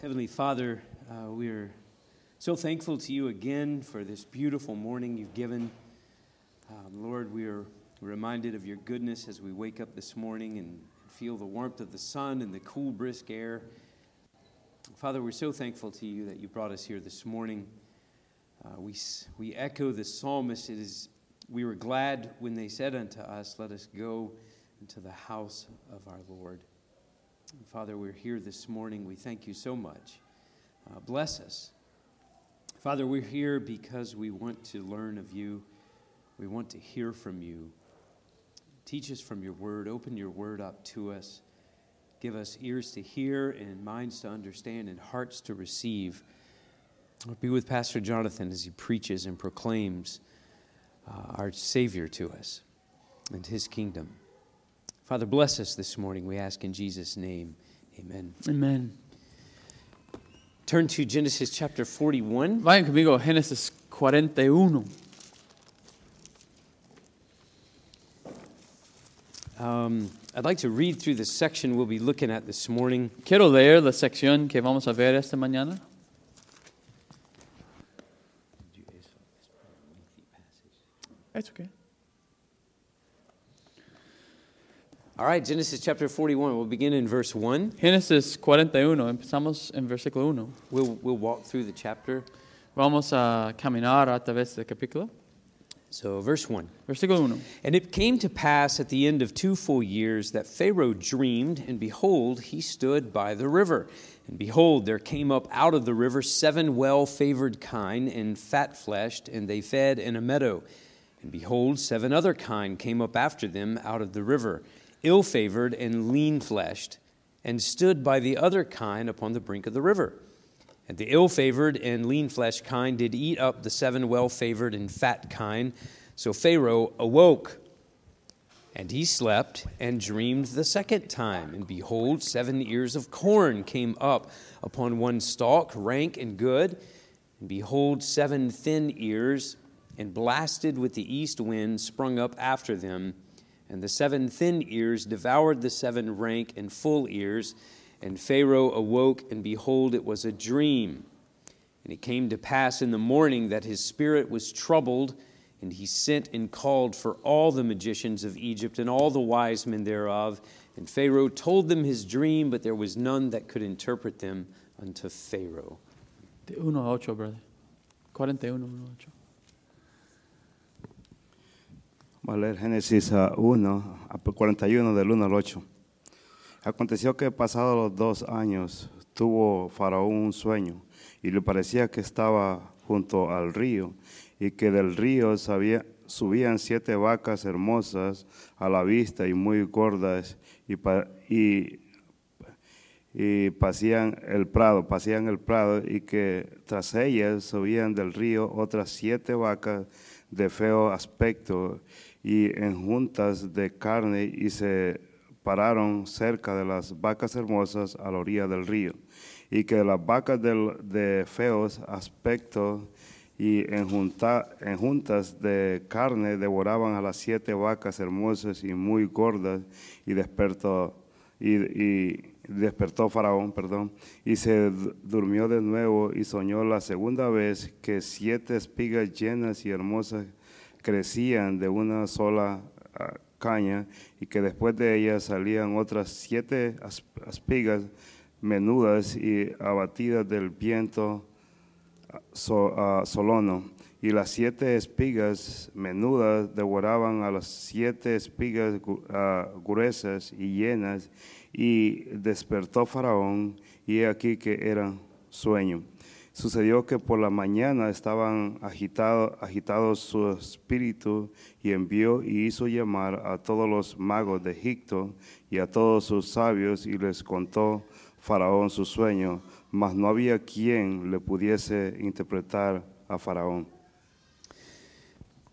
Heavenly Father, uh, we are so thankful to you again for this beautiful morning you've given. Um, Lord, we are reminded of your goodness as we wake up this morning and feel the warmth of the sun and the cool, brisk air. Father, we're so thankful to you that you brought us here this morning. Uh, we, s- we echo the psalmist. It is, we were glad when they said unto us, Let us go into the house of our Lord. And Father, we're here this morning. We thank you so much. Uh, bless us. Father, we're here because we want to learn of you. We want to hear from you. Teach us from your word. Open your word up to us. Give us ears to hear and minds to understand and hearts to receive. Lord, be with Pastor Jonathan as he preaches and proclaims uh, our Savior to us and his kingdom. Father, bless us this morning, we ask in Jesus' name. Amen. Amén. Turn to Genesis chapter 41. Vayan conmigo a Génesis 41. Um, I'd like to read through the section we'll be looking at this morning. Quiero leer la sección que vamos a ver esta mañana. It's okay. All right, Genesis chapter 41. We'll begin in verse 1. Génesis 41, empezamos en versículo 1. We'll, we'll walk through the chapter. Vamos a caminar a través del capítulo. So, verse 1. Versículo 1. And it came to pass at the end of two full years that Pharaoh dreamed, and behold, he stood by the river. And behold, there came up out of the river seven well favored kine, and fat fleshed, and they fed in a meadow. And behold, seven other kine came up after them out of the river, ill favored and lean fleshed, and stood by the other kine upon the brink of the river. And the ill favored and lean fleshed kine did eat up the seven well favored and fat kine. So Pharaoh awoke, and he slept and dreamed the second time. And behold, seven ears of corn came up upon one stalk, rank and good. And behold, seven thin ears, and blasted with the east wind, sprung up after them. And the seven thin ears devoured the seven rank and full ears. And Pharaoh awoke, and behold, it was a dream. And it came to pass in the morning that his spirit was troubled, and he sent and called for all the magicians of Egypt and all the wise men thereof. And Pharaoh told them his dream, but there was none that could interpret them unto Pharaoh. De 1 a 8, brother. 41, 1 a 8. Vamos a leer Génesis ah, 1, ah, 41 del 1 al 8. Aconteció que pasados los dos años tuvo Faraón un sueño y le parecía que estaba junto al río y que del río sabía- subían siete vacas hermosas a la vista y muy gordas y, pa- y y pasían el prado, pasían el prado y que tras ellas subían del río otras siete vacas de feo aspecto y enjuntas de carne y se pararon cerca de las vacas hermosas a la orilla del río y que las vacas del- de feos aspecto y en, junta- en juntas de carne devoraban a las siete vacas hermosas y muy gordas y despertó y, y despertó Faraón, perdón, y se du- durmió de nuevo y soñó la segunda vez que siete espigas llenas y hermosas crecían de una sola ah, caña y que después de ellas salían otras siete as- espigas menudas y abatidas del viento so- ah, Solono, y las siete espigas menudas devoraban a las siete espigas gu- ah, gruesas y llenas, y despertó Faraón, y he aquí que era sueño. Sucedió que por la mañana estaban agitado- agitados su espíritu y envió y hizo llamar a todos los magos de Egipto y a todos sus sabios y les contó Faraón su sueño, mas no había quien le pudiese interpretar a Faraón.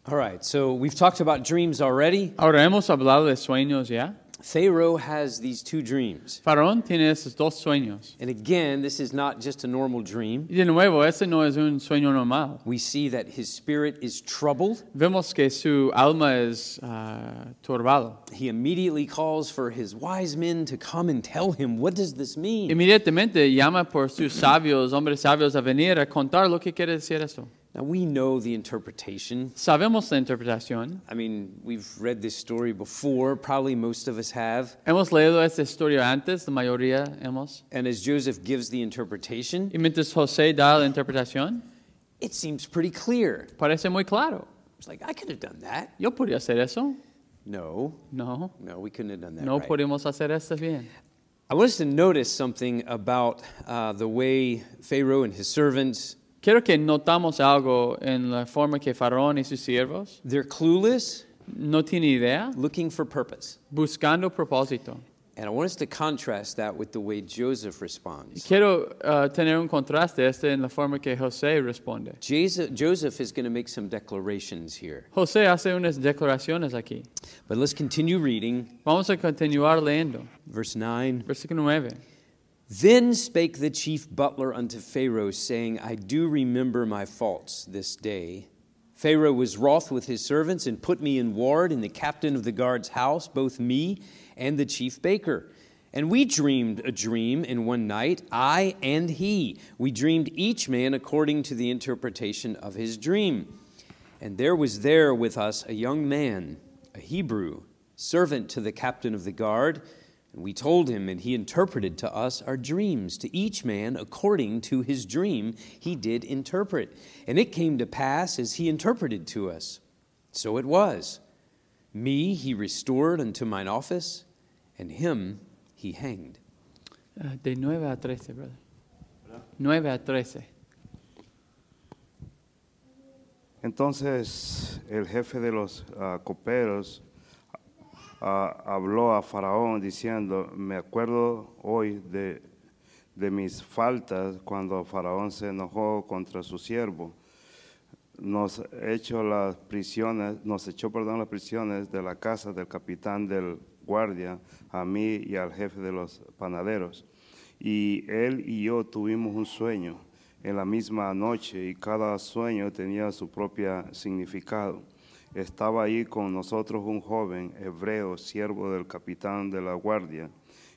All right, so we've talked about dreams already. Ahora hemos hablado de sueños ya. Pharaoh has these two dreams. Faraón tiene esos dos sueños. And again, this is not just a normal dream. Y de nuevo, ese no es un sueño normal. We see that his spirit is troubled. Vemos que su alma es ah, turbado. He immediately calls for his wise men to come and tell him, What does this mean? Inmediatamente llama por sus sabios, hombres sabios, a venir a contar lo que quiere decir eso. Now, we know the interpretation. Sabemos la interpretación. I mean, we've read this story before, probably most of us have. Hemos leído esta historia antes, la mayoría hemos. And as Joseph gives the interpretation, Y mientras José da la interpretación, it seems pretty clear. parece muy claro. It's like, I could have done that. Yo podría hacer eso. No, No, no, we couldn't have done that. no right. podemos hacer esto bien. I want us to notice something about uh, the way Pharaoh and his servants, Quiero que notamos algo en la forma que Faraón y sus siervos they're clueless, no tienen idea, looking for purpose. buscando propósito. And I want us to contrast that with the way Joseph responds. Quiero uh, tener un contraste este en la forma que José responde. Jesus, Joseph is going to make some declarations here. José hace unas declaraciones aquí. But let's continue reading Vamos a continuar leyendo. verse 9. Versículo 9. Then spake the chief butler unto Pharaoh, saying, I do remember my faults this day. Pharaoh was wroth with his servants and put me in ward in the captain of the guard's house, both me and the chief baker. And we dreamed a dream in one night, I and he. We dreamed each man according to the interpretation of his dream. And there was there with us a young man, a Hebrew, servant to the captain of the guard. And we told him, and he interpreted to us our dreams. To each man, according to his dream, he did interpret. And it came to pass as he interpreted to us. So it was. Me he restored unto mine office, and him he hanged. Ah, de 9 a 13, brother. 9 a 13. Entonces el jefe de los ah, coperos ah, habló a Faraón diciendo, me acuerdo hoy de, de mis faltas cuando Faraón se enojó contra su siervo. Nos echó las prisiones, nos echó perdón las prisiones de la casa del capitán del guardia a mí y al jefe de los panaderos. Y él y yo tuvimos un sueño en la misma noche y cada sueño tenía su propio significado. Estaba ahí con nosotros un joven hebreo, siervo del capitán de la guardia,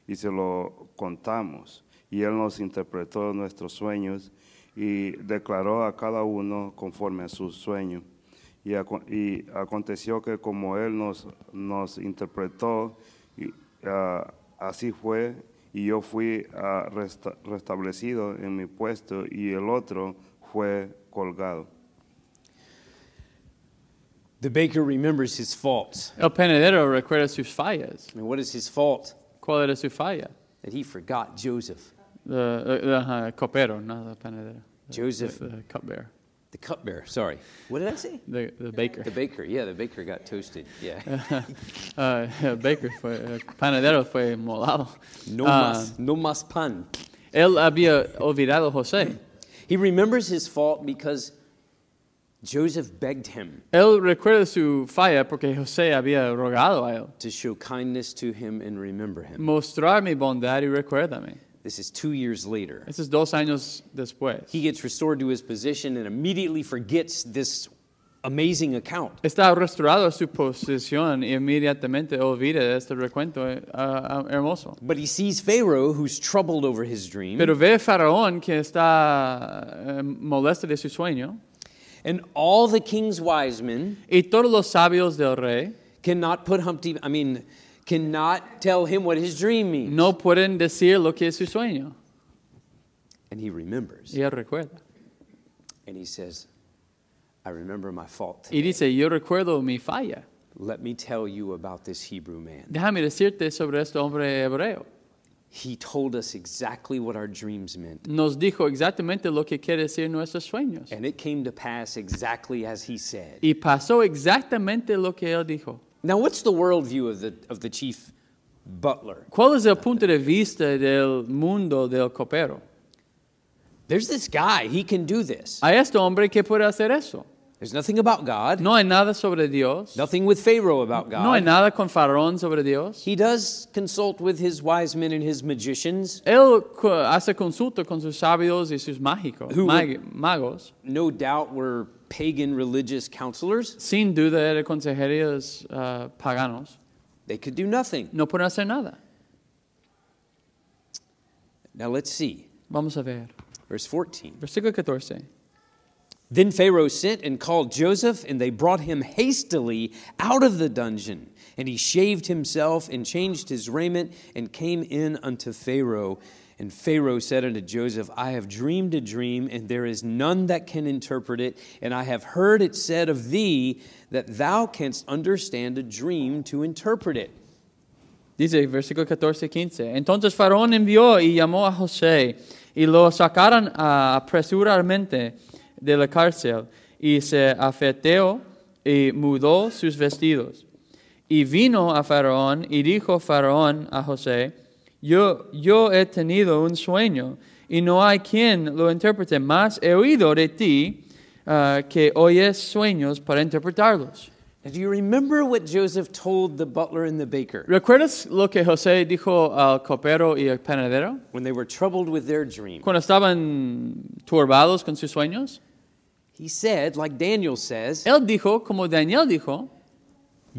y se lo contamos. Y él nos interpretó nuestros sueños y declaró a cada uno conforme a su sueño. Y, aco- y aconteció que como él nos, nos interpretó, y, ah, así fue, y yo fui ah, resta- restablecido en mi puesto y el otro fue colgado. The baker remembers his faults. El panadero recuerda sus fallas. And what is his fault? ¿Cuál era su falla? That he forgot Joseph, La- la- la- ajá, copero, no el panadero. Joseph. The, the cupbearer. the cupbearer. Sorry. What did I say? The, the baker. The baker. Yeah, the baker got toasted. Yeah. Ah, el baker fue, el panadero fue molado. No Ah, mas, no mas pan. él había olvidado a José. He remembers his fault because Joseph begged him Él recuerda su falla porque José había rogado a él. to show kindness to him and remember him. Mostrar mi bondad y recuérdame. This is two years later. Esos dos años después. He gets restored to his position and immediately forgets this amazing account. Está restaurado a su posición y inmediatamente olvida este recuento eh, ah, ah, hermoso. But he sees Pharaoh, who's troubled over his dream, Pero ve a Faraón que está eh, molesto de su sueño and all the king's wise men y todos los sabios del rey cannot put Humpty, I mean, cannot tell him what his dream means. no pueden decir lo que es su sueño. And he remembers. Y él recuerda. And he says, I remember my fault. Y dice, yo recuerdo mi falla. Let me tell you about this Hebrew man. Déjame decirte sobre este hombre hebreo. He told us exactly what our dreams meant. Nos dijo exactamente lo que quiere decir nuestros sueños. And it came to pass exactly as he said. Y pasó exactamente lo que él dijo. Now, what's the worldview of the, of the chief butler? ¿Cuál es el punto de vista del mundo del copero? There's this guy, he can do this. a este hombre que puede hacer eso. There's nothing about God, No hay nada sobre Dios. nothing with Pharaoh about God. No hay nada con Faraón sobre Dios. He does consult with his wise men and his magicians, Él cu- hace consulta con sus sabios y sus mágicos, Who mag- magos. no doubt were pagan religious counselors. Sin duda eran consejeros ah, paganos. They could do nothing. No pueden hacer nada. Now let's see. Vamos a ver. Verse 14. Versículo 14. Then Pharaoh sent and called Joseph, and they brought him hastily out of the dungeon. And he shaved himself and changed his raiment and came in unto Pharaoh. And Pharaoh said unto Joseph, I have dreamed a dream, and there is none that can interpret it. And I have heard it said of thee that thou canst understand a dream to interpret it. Dice, versículo 14 y 15. Entonces Faraón envió y llamó a José y lo sacaron ah, apresuradamente de la cárcel y se afeteó y mudó sus vestidos. Y vino a Faraón y dijo Faraón a José, yo, yo he tenido un sueño y no hay quien lo interprete, más he oído de ti ah, que oyes sueños para interpretarlos. Now, do you remember what Joseph told the butler and the baker ¿Recuerdas lo que José dijo al copero y al panadero? when they were troubled with their dream? Cuando estaban turbados con sus sueños, He said, like Daniel says, él dijo, como Daniel dijo,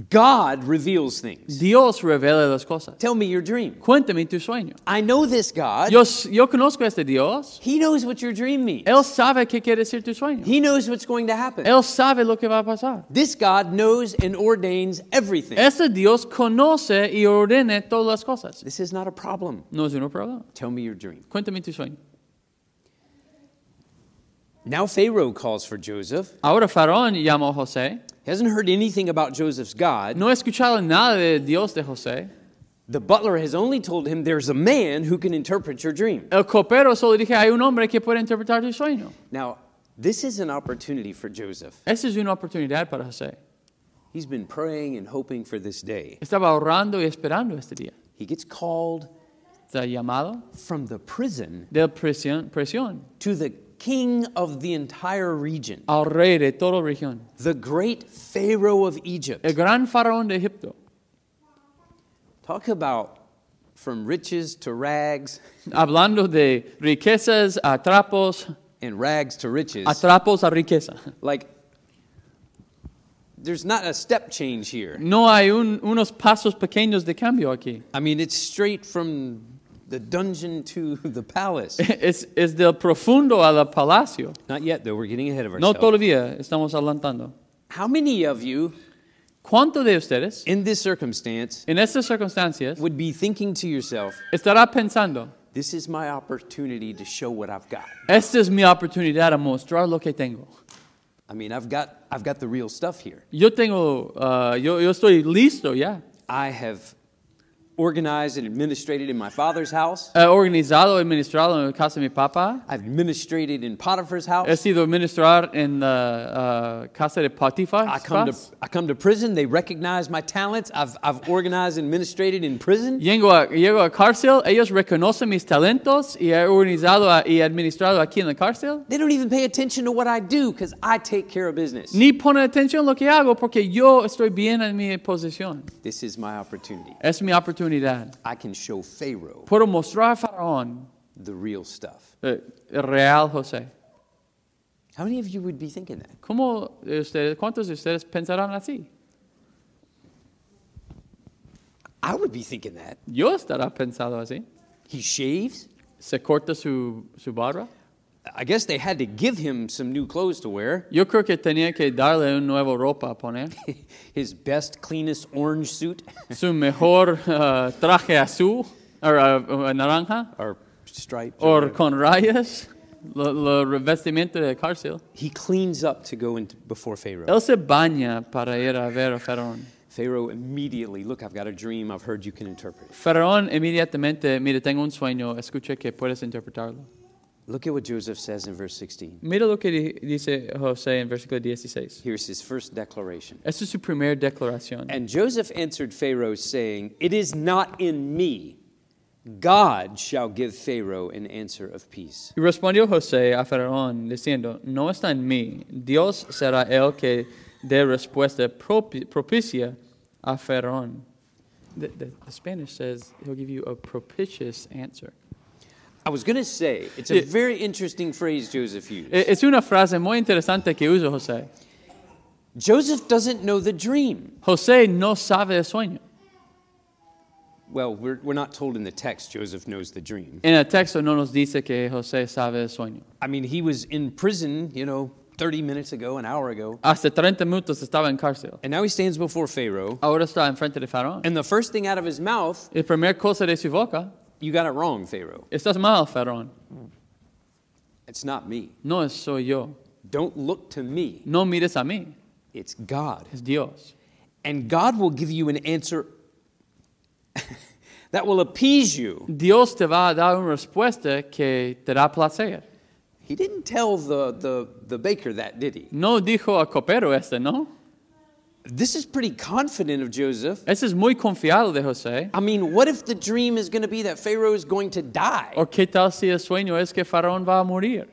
God reveals things. Dios revela las cosas. Tell me your dream. Cuéntame tu sueño. I know this God. Yo, s- yo conozco a este Dios. He knows what your dream means. Él sabe qué quiere decir tu sueño. He knows what's going to happen. Él sabe lo que va a pasar. This God knows and ordains everything. Este Dios conoce y ordena todas las cosas. This is not a problem. No es un problema. Tell me your dream. Cuéntame tu sueño. Now Pharaoh calls for Joseph. Ahora Faraón llamó a José. He hasn't heard anything about Joseph's God. No he escuchado nada de Dios de José. The butler has only told him there's a man who can interpret your dream. El copero solo dije, hay un hombre que puede interpretar tu sueño. Now, this is an opportunity for Joseph. Esa es una oportunidad para José. He's been praying and hoping for this day. Estaba ahorrando y esperando este día. He gets called Está llamado from the prison de prisión, prisión to the king of the entire region. al rey de toda la región, the great Pharaoh of Egypt. el gran faraón de Egipto. Talk about from riches to rags Hablando de riquezas a trapos, and rags to riches. a trapos a riqueza. Like, there's not a step change here. No hay un- unos pasos pequeños de cambio aquí. I mean, it's straight from the dungeon to the palace. Es, es del profundo al palacio. Not yet, though, we're getting ahead of No ourselves. todavía estamos adelantando. How many of you ¿Cuánto de ustedes in this circumstance en estas circunstancias would be thinking to yourself, estará pensando, this is my opportunity to show what I've got? esta es mi oportunidad a mostrar lo que tengo? I mean, I've got, I've got the real stuff here. Yo tengo, ah, yo, yo estoy listo ya. I have organized and administrated in my father's house. He organizado, he ministrado en casa de mi papá. I've administrated in Potiphar's He house. sido ministrar en la ah, casa de Potifar. I come, to, I come to prison. They recognize my talents. I've, I've organized and administrated in prison. Llego a, llego a cárcel, ellos reconocen mis talentos y he organizado a- y administrado aquí en la cárcel. They don't even pay attention to what I do because I take care of business. Ni ponen atención a lo que hago porque yo estoy bien en mi posición. This is my opportunity. Es mi oportunidad. I can show Pharaoh Puedo mostrar a Faraón the real stuff. eh, el real José. How many of you would be thinking that? ¿Cómo ustedes, ¿Cuántos de ustedes pensarán así? I would be thinking that. Yo estará pensado así. He shaves. se corta su, su barba. I guess they had to give him some new clothes to wear. Yo creo que tenía que darle una nueva ropa a poner. His best, cleanest orange suit Su mejor ah, traje azul, o ah, naranja, or stripes. or o con rayas, lo- lo revestimiento de cárcel. He cleans up to go in before Pharaoh. Él se baña para ir a ver a Faraón. Pharaoh immediately, look, I've got a dream. I've heard you can interpret it. Faraón inmediatamente, mire, tengo un sueño, escuche que puedes interpretarlo. Look at what Joseph says in verse 16. Mira lo que di- dice José en versículo 16. Here's his first declaration. Esta es su primera declaración. And Joseph answered Pharaoh, saying, It is not in me God shall give Pharaoh an answer of peace. Y respondió José a Faraón diciendo, no está en mí, Dios será el que dé respuesta propi- propicia a Faraón. The, the- the Spanish says he'll give you a propitious answer. I was going to say, it's a Yeah. very interesting phrase Joseph used. E- Es una frase muy interesante que usa José. Joseph doesn't know the dream. José no sabe el sueño. Well, we're, we're not told in the text Joseph knows the dream. En el texto no nos dice que José sabe el sueño. I mean, he was in prison, you know, 30 minutes ago, an hour ago, Hace 30 minutos estaba en cárcel. and now he stands before Pharaoh. Ahora está enfrente de Faraón. And the first thing out of his mouth, La primera cosa de su boca, you got it wrong, Pharaoh. estás mal, Faraón. It's not me. No soy yo. Don't look to me. No mires a mí, It's God. es Dios. And God will give you an answer that will appease you. Dios te va a dar una respuesta que te da placer. He didn't tell the, the, the baker that, did he? No dijo a copero este, ¿no? This is pretty confident of Joseph. Ese es muy confiado de José. I mean, what if the dream is going to be that Pharaoh is going to die? ¿O qué tal si el sueño es que Faraón va a morir?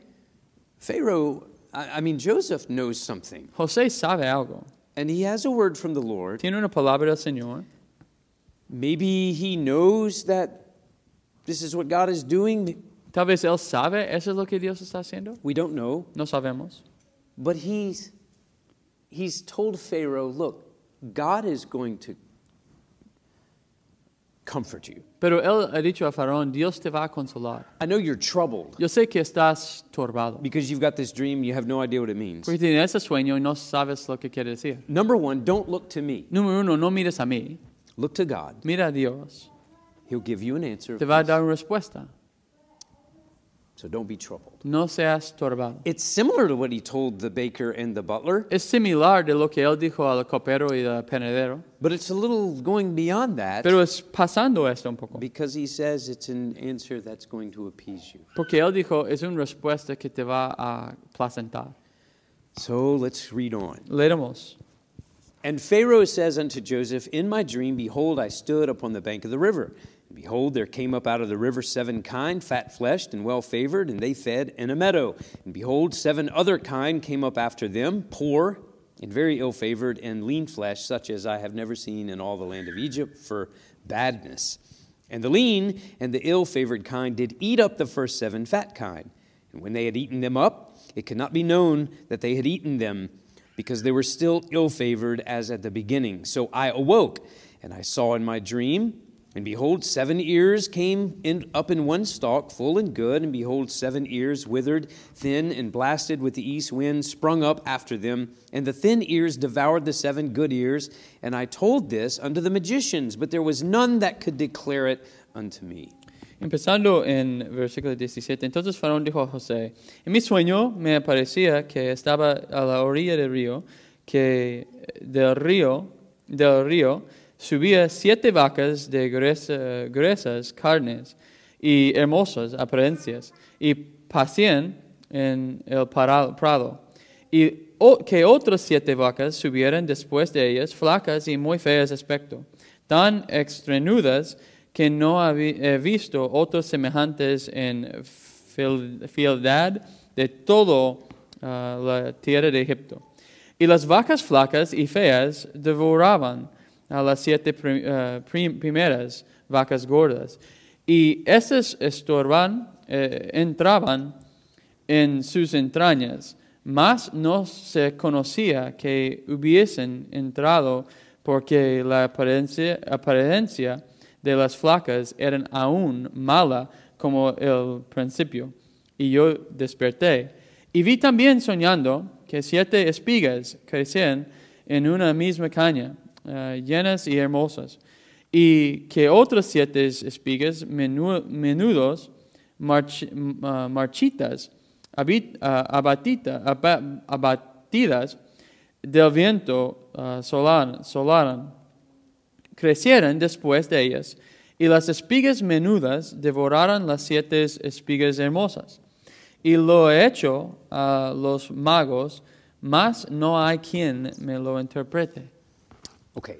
Pharaoh, I, I mean, Joseph knows something, José sabe algo. and he has a word from the Lord. Tiene una palabra del Señor. Maybe he knows that this is what God is doing. Tal vez él sabe, eso es lo que Dios está haciendo. We don't know, No sabemos. but he's he's told Pharaoh, "Look, God is going to comfort you. Pero él ha dicho a Faraón, Dios te va a consolar. I know you're troubled Yo sé que estás turbado. because you've got this dream. You have no idea what it means. Porque tienes ese sueño y no sabes lo que quiere decir. Number one, don't look to me. Número uno, no mires a mí. Look to God. Mira a Dios. He'll give you an answer. Te va a dar una respuesta. So don't be troubled." No seas turbado. It's similar to what he told the baker and the butler, Es similar de lo que él dijo al copero y al penedero. but it's a little going beyond that Pero es pasando esto un poco. because he says it's an answer that's going to appease you. Porque él dijo, es una respuesta que te va a placentar. So let's read on. Leeremos. And Pharaoh says unto Joseph, In my dream, behold, I stood upon the bank of the river. And behold, there came up out of the river seven kind, fat fleshed and well favored, and they fed in a meadow. And behold, seven other kind came up after them, poor and very ill favored, and lean flesh, such as I have never seen in all the land of Egypt for badness. And the lean and the ill favored kind did eat up the first seven fat kind. And when they had eaten them up, it could not be known that they had eaten them, because they were still ill favored as at the beginning. So I awoke, and I saw in my dream, and behold, seven ears came in, up in one stalk, full and good, and behold, seven ears withered, thin, and blasted with the east wind, sprung up after them, and the thin ears devoured the seven good ears. And I told this unto the magicians, but there was none that could declare it unto me. Empezando en versículo 17, entonces Faraón dijo a José, en mi sueño me parecía que estaba a la orilla del río, que del río, del río subía siete vacas de gruesa- gruesas carnes y hermosas apariencias, y pasían en el para- prado, y o- que otras siete vacas subieran después de ellas, flacas y muy feas de aspecto, tan extrañudas que no habí- he visto otros semejantes en fiel- fieldad de toda la tierra de Egipto. Y las vacas flacas y feas devoraban a las siete pri- eh, prim- primeras vacas gordas, y estas estorban, eh, entraban en sus entrañas, mas no se conocía que hubiesen entrado porque la apariencia, apariencia de las flacas eran aún mala como el principio. Y yo desperté. Y vi también soñando que siete espigas crecían en una misma caña, eh, llenas y hermosas, y que otras siete espigas menu- menudos march- m- ah, marchitas, habit- ah, abatita- aba- abatidas del viento ah, solar, solaran, crecieran después de ellas, y las espigas menudas devoraron las siete espigas hermosas. Y lo he hecho a los magos, mas no hay quien me lo interprete. Okay.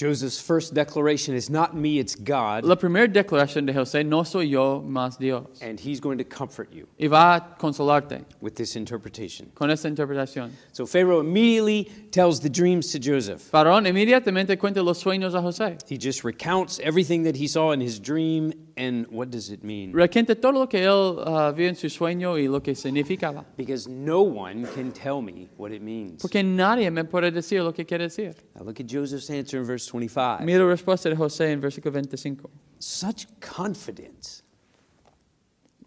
Joseph's first declaration is not me, it's God, La primera declaración de José, no soy yo más Dios. and he's going to comfort you Y va a consolarte with this interpretation. con esta interpretación. So Pharaoh immediately tells the dreams to Joseph. Faraón inmediatamente cuenta los sueños a José. He just recounts everything that he saw in his dream and what does it mean? Requente todo lo que él ah, vio en su sueño y lo que significaba. Because no one can tell me what it means. Porque nadie me puede decir lo que quiere decir. Now look at Joseph's answer in verse 25. Mira la respuesta de José en versículo 25. Such confidence.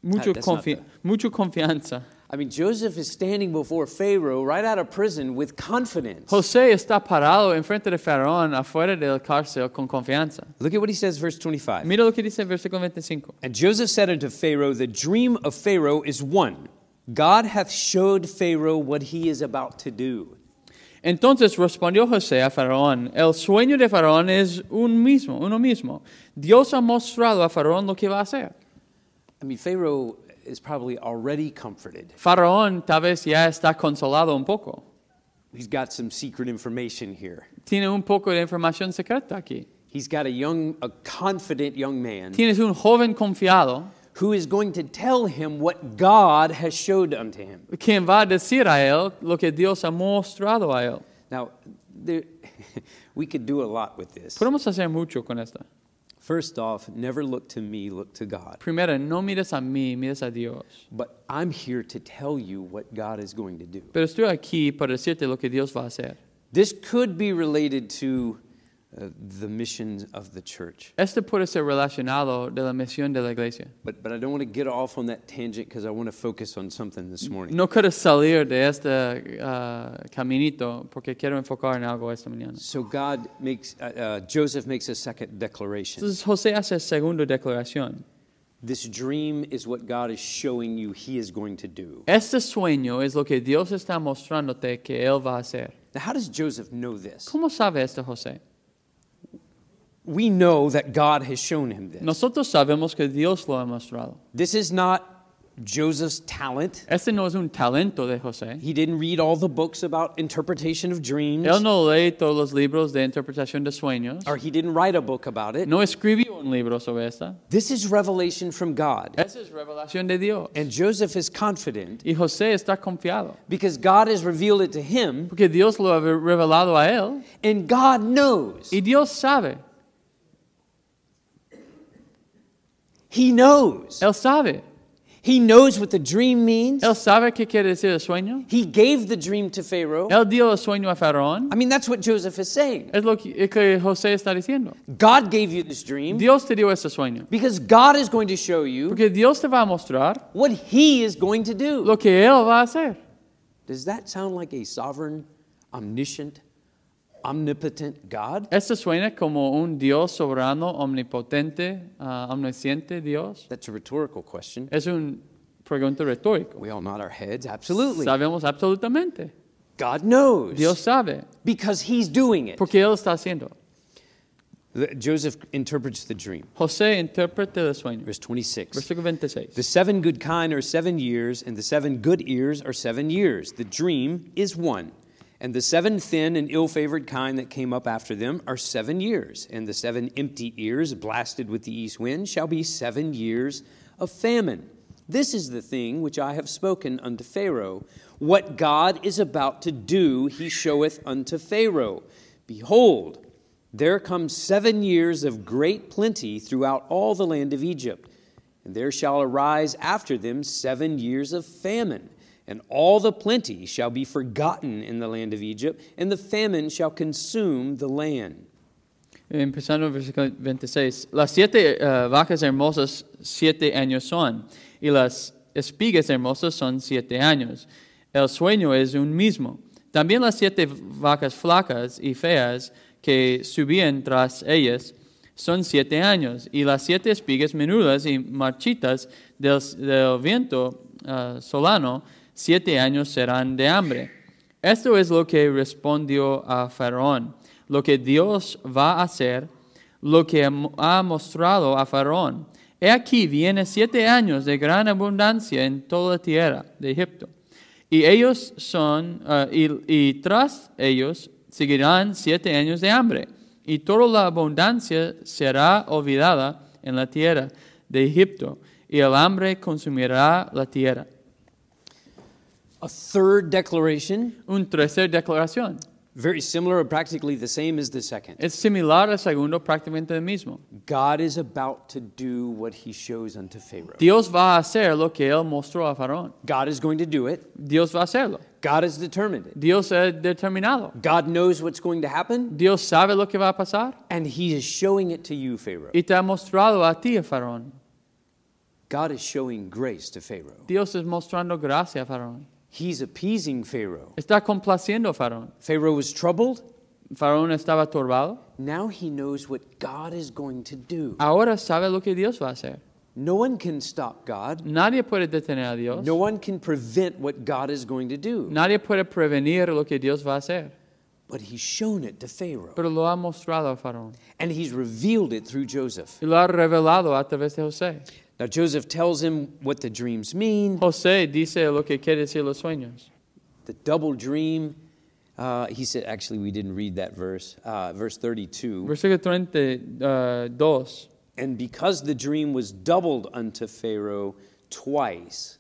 Mucho, that's not confi- the- mucho confianza. I mean, Joseph is standing before Pharaoh right out of prison with confidence. José está parado enfrente de Faraón afuera del cárcel con confianza. Look at what he says, verse 25. Mira lo que dice en versículo 25. And Joseph said unto Pharaoh, The dream of Pharaoh is one. God hath showed Pharaoh what he is about to do. Entonces respondió José a Faraón, el sueño de Faraón es un mismo, uno mismo. Dios ha mostrado a Faraón lo que va a hacer. I mean, Pharaoh is probably already comforted. Faraón tal vez ya está consolado un poco. He's got some secret information here. Tiene un poco de información secreta aquí. He's got a young, a confident young man Tienes un joven confiado who is going to tell him what God has showed unto him. quien va a decir a él lo que Dios ha mostrado a él. Now, there, we could do a lot with this. Podemos hacer mucho con esta. First off, never look to me, look to God. Primero, no mires a mí, mires a Dios. But I'm here to tell you what God is going to do. Pero estoy aquí para decirte lo que Dios va a hacer. This could be related to uh, the missions of the church. Esto Este puede ser relacionado de la misión de la iglesia. But, but I don't want to get off on that tangent because I want to focus on something this morning. No quiero salir de este ah, caminito porque quiero enfocar en algo esta mañana. So God makes, uh, uh, Joseph makes a second declaration. Entonces José hace segunda declaración. This dream is what God is showing you he is going to do. Este sueño es lo que Dios está mostrándote que Él va a hacer. Now, how does Joseph know this? ¿Cómo sabe esto José? We know that God has shown him this. Nosotros sabemos que Dios lo ha mostrado. This is not Joseph's talent. Este no es un talento de José. He didn't read all the books about interpretation of dreams, Él no lee todos los libros de interpretación de sueños. or he didn't write a book about it. No escribió un libro sobre esta. This is revelation from God. Esa es revelación de Dios. And Joseph is confident Y José está confiado. because God has revealed it to him, Porque Dios lo ha re- revelado a él. and God knows. Y Dios sabe. He knows. Él sabe. He knows what the dream means. Él sabe qué quiere decir el sueño. He gave the dream to Pharaoh. Él dio el sueño a Faraón. I mean, that's what Joseph is saying. Es lo que, es que José está diciendo. God gave you this dream Dios te dio ese sueño. because God is going to show you Porque Dios te va a mostrar what He is going to do. lo que Él va a hacer. Does that sound like a sovereign, omniscient, omnipotent God? Esto suena Este como un Dios soberano, omnipotente, ah, omnisciente Dios. That's a rhetorical question. Es un pregunta retórica. We all nod our heads. Absolutely. Sabemos absolutamente. God knows Dios sabe. because He's doing it. Porque Él está haciendo. The- Joseph interprets the dream. José interpreta el sueño. Verse 26. Versículo 26. The seven good kine are seven years, and the seven good ears are seven years. The dream is one. And the seven thin and ill favored kine that came up after them are seven years. And the seven empty ears, blasted with the east wind, shall be seven years of famine. This is the thing which I have spoken unto Pharaoh. What God is about to do, he showeth unto Pharaoh. Behold, there come seven years of great plenty throughout all the land of Egypt. And there shall arise after them seven years of famine, and all the plenty shall be forgotten in the land of Egypt, and the famine shall consume the land. Empezando en versículo 26. Las siete eh, vacas hermosas siete años son, y las espigas hermosas son siete años. El sueño es un mismo. También las siete vacas flacas y feas que subían tras ellas son siete años, y las siete espigas menudas y marchitas del, del viento ah, solano, siete años serán de hambre. Esto es lo que respondió a Faraón, lo que Dios va a hacer, lo que mo- ha mostrado a Faraón. He aquí viene siete años de gran abundancia en toda la tierra de Egipto. Y ellos eh, son, ah, y, y tras ellos seguirán siete años de hambre. Y y toda la abundancia será olvidada en la tierra de Egipto, y el hambre consumirá la tierra. A third declaration, Un tercer declaración. very similar or practically the same as the second. Es similar al segundo, prácticamente el mismo. God is about to do what he shows unto Pharaoh. Dios va a hacer lo que él mostró a Faraón. God is going to do it. Dios va a hacerlo. God is determined it. Dios es determinado. God knows what's going to happen, Dios sabe lo que va a pasar and he is showing it to you, Pharaoh. y te ha mostrado a ti, Faraón. God is showing grace to Pharaoh. Dios es mostrando gracia a Faraón. He's appeasing Pharaoh. Está complaciendo a Faraón. Pharaoh was troubled. Faraón estaba turbado. Now he knows what God is going to do. Ahora sabe lo que Dios va a hacer. No one can stop God. Nadie puede detener a Dios. No one can prevent what God is going to do. Nadie puede prevenir lo que Dios va a hacer. But he's shown it to Pharaoh. Pero lo ha mostrado a Faraón. And he's revealed it through Joseph. Y lo ha revelado a través de José. Now, Joseph tells him what the dreams mean. José dice lo que quiere decir los sueños. The double dream. Uh, he said, actually, we didn't read that verse, uh, verse 32. Versículo uh, 32. And because the dream was doubled unto Pharaoh twice,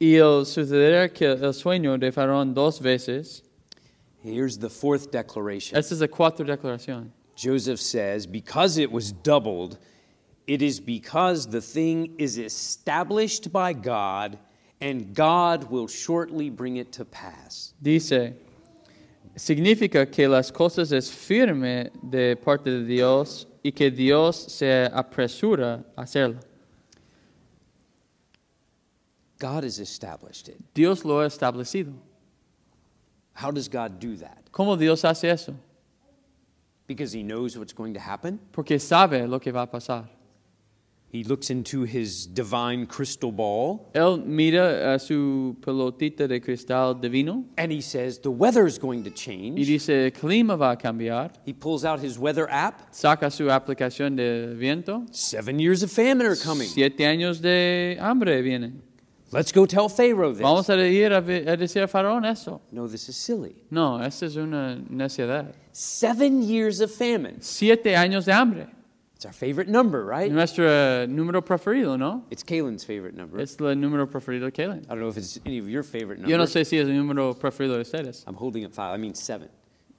Y el sucederá que el sueño de Faraón dos veces. here's the fourth declaration. Esta es la cuarta declaración. Joseph says, Because it was doubled, it is because the thing is established by God, and God will shortly bring it to pass. Dice, significa que las cosas es firme de parte de Dios y que Dios se apresura a hacerlo. God has established it. Dios lo ha establecido. How does God do that? ¿Cómo Dios hace eso? Because he knows what's going to happen. Porque sabe lo que va a pasar. He looks into his divine crystal ball Él mira a su pelotita de cristal divino and he says, The weather's going to y change. dice, el clima va a cambiar. He pulls out his weather app. Saca su aplicación de viento. Seven years of famine are coming. Siete años de hambre vienen. Let's go tell Pharaoh this. Vamos a ir a, ve- a decir a Faraón eso. No, this is silly. No, esa es una necedad. Seven years of famine. Siete años de hambre. It's our favorite number, right? Nuestro eh, número preferido, ¿no? It's Kalen's favorite number. Es el número preferido de Kalen. I don't know if it's any of your favorite numbers. Yo no sé si es el número preferido de ustedes. I'm holding up five. I mean seven.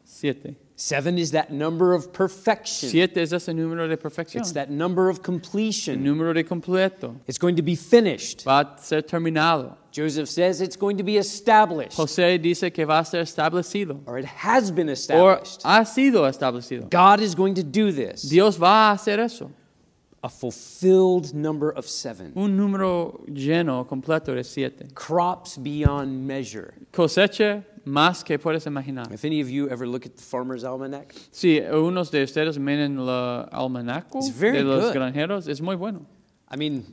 Siete. Seven is that number of perfection. Siete es ese número de perfección. It's that number of El completion. número de completo. It's going to be finished. Va a ser terminado. Joseph says it's going to be established, José dice que va a ser establecido. or it has been O established. ha sido establecido. God is going to do this. Dios va a hacer eso. A fulfilled number of seven. Un número lleno, completo de siete. Crops beyond measure. Cosecha más que puedes imaginar. If any of you ever look at the Farmer's Almanac, Sí, unos de ustedes miren el almanaco It's very de los good. granjeros. Es muy bueno. I mean,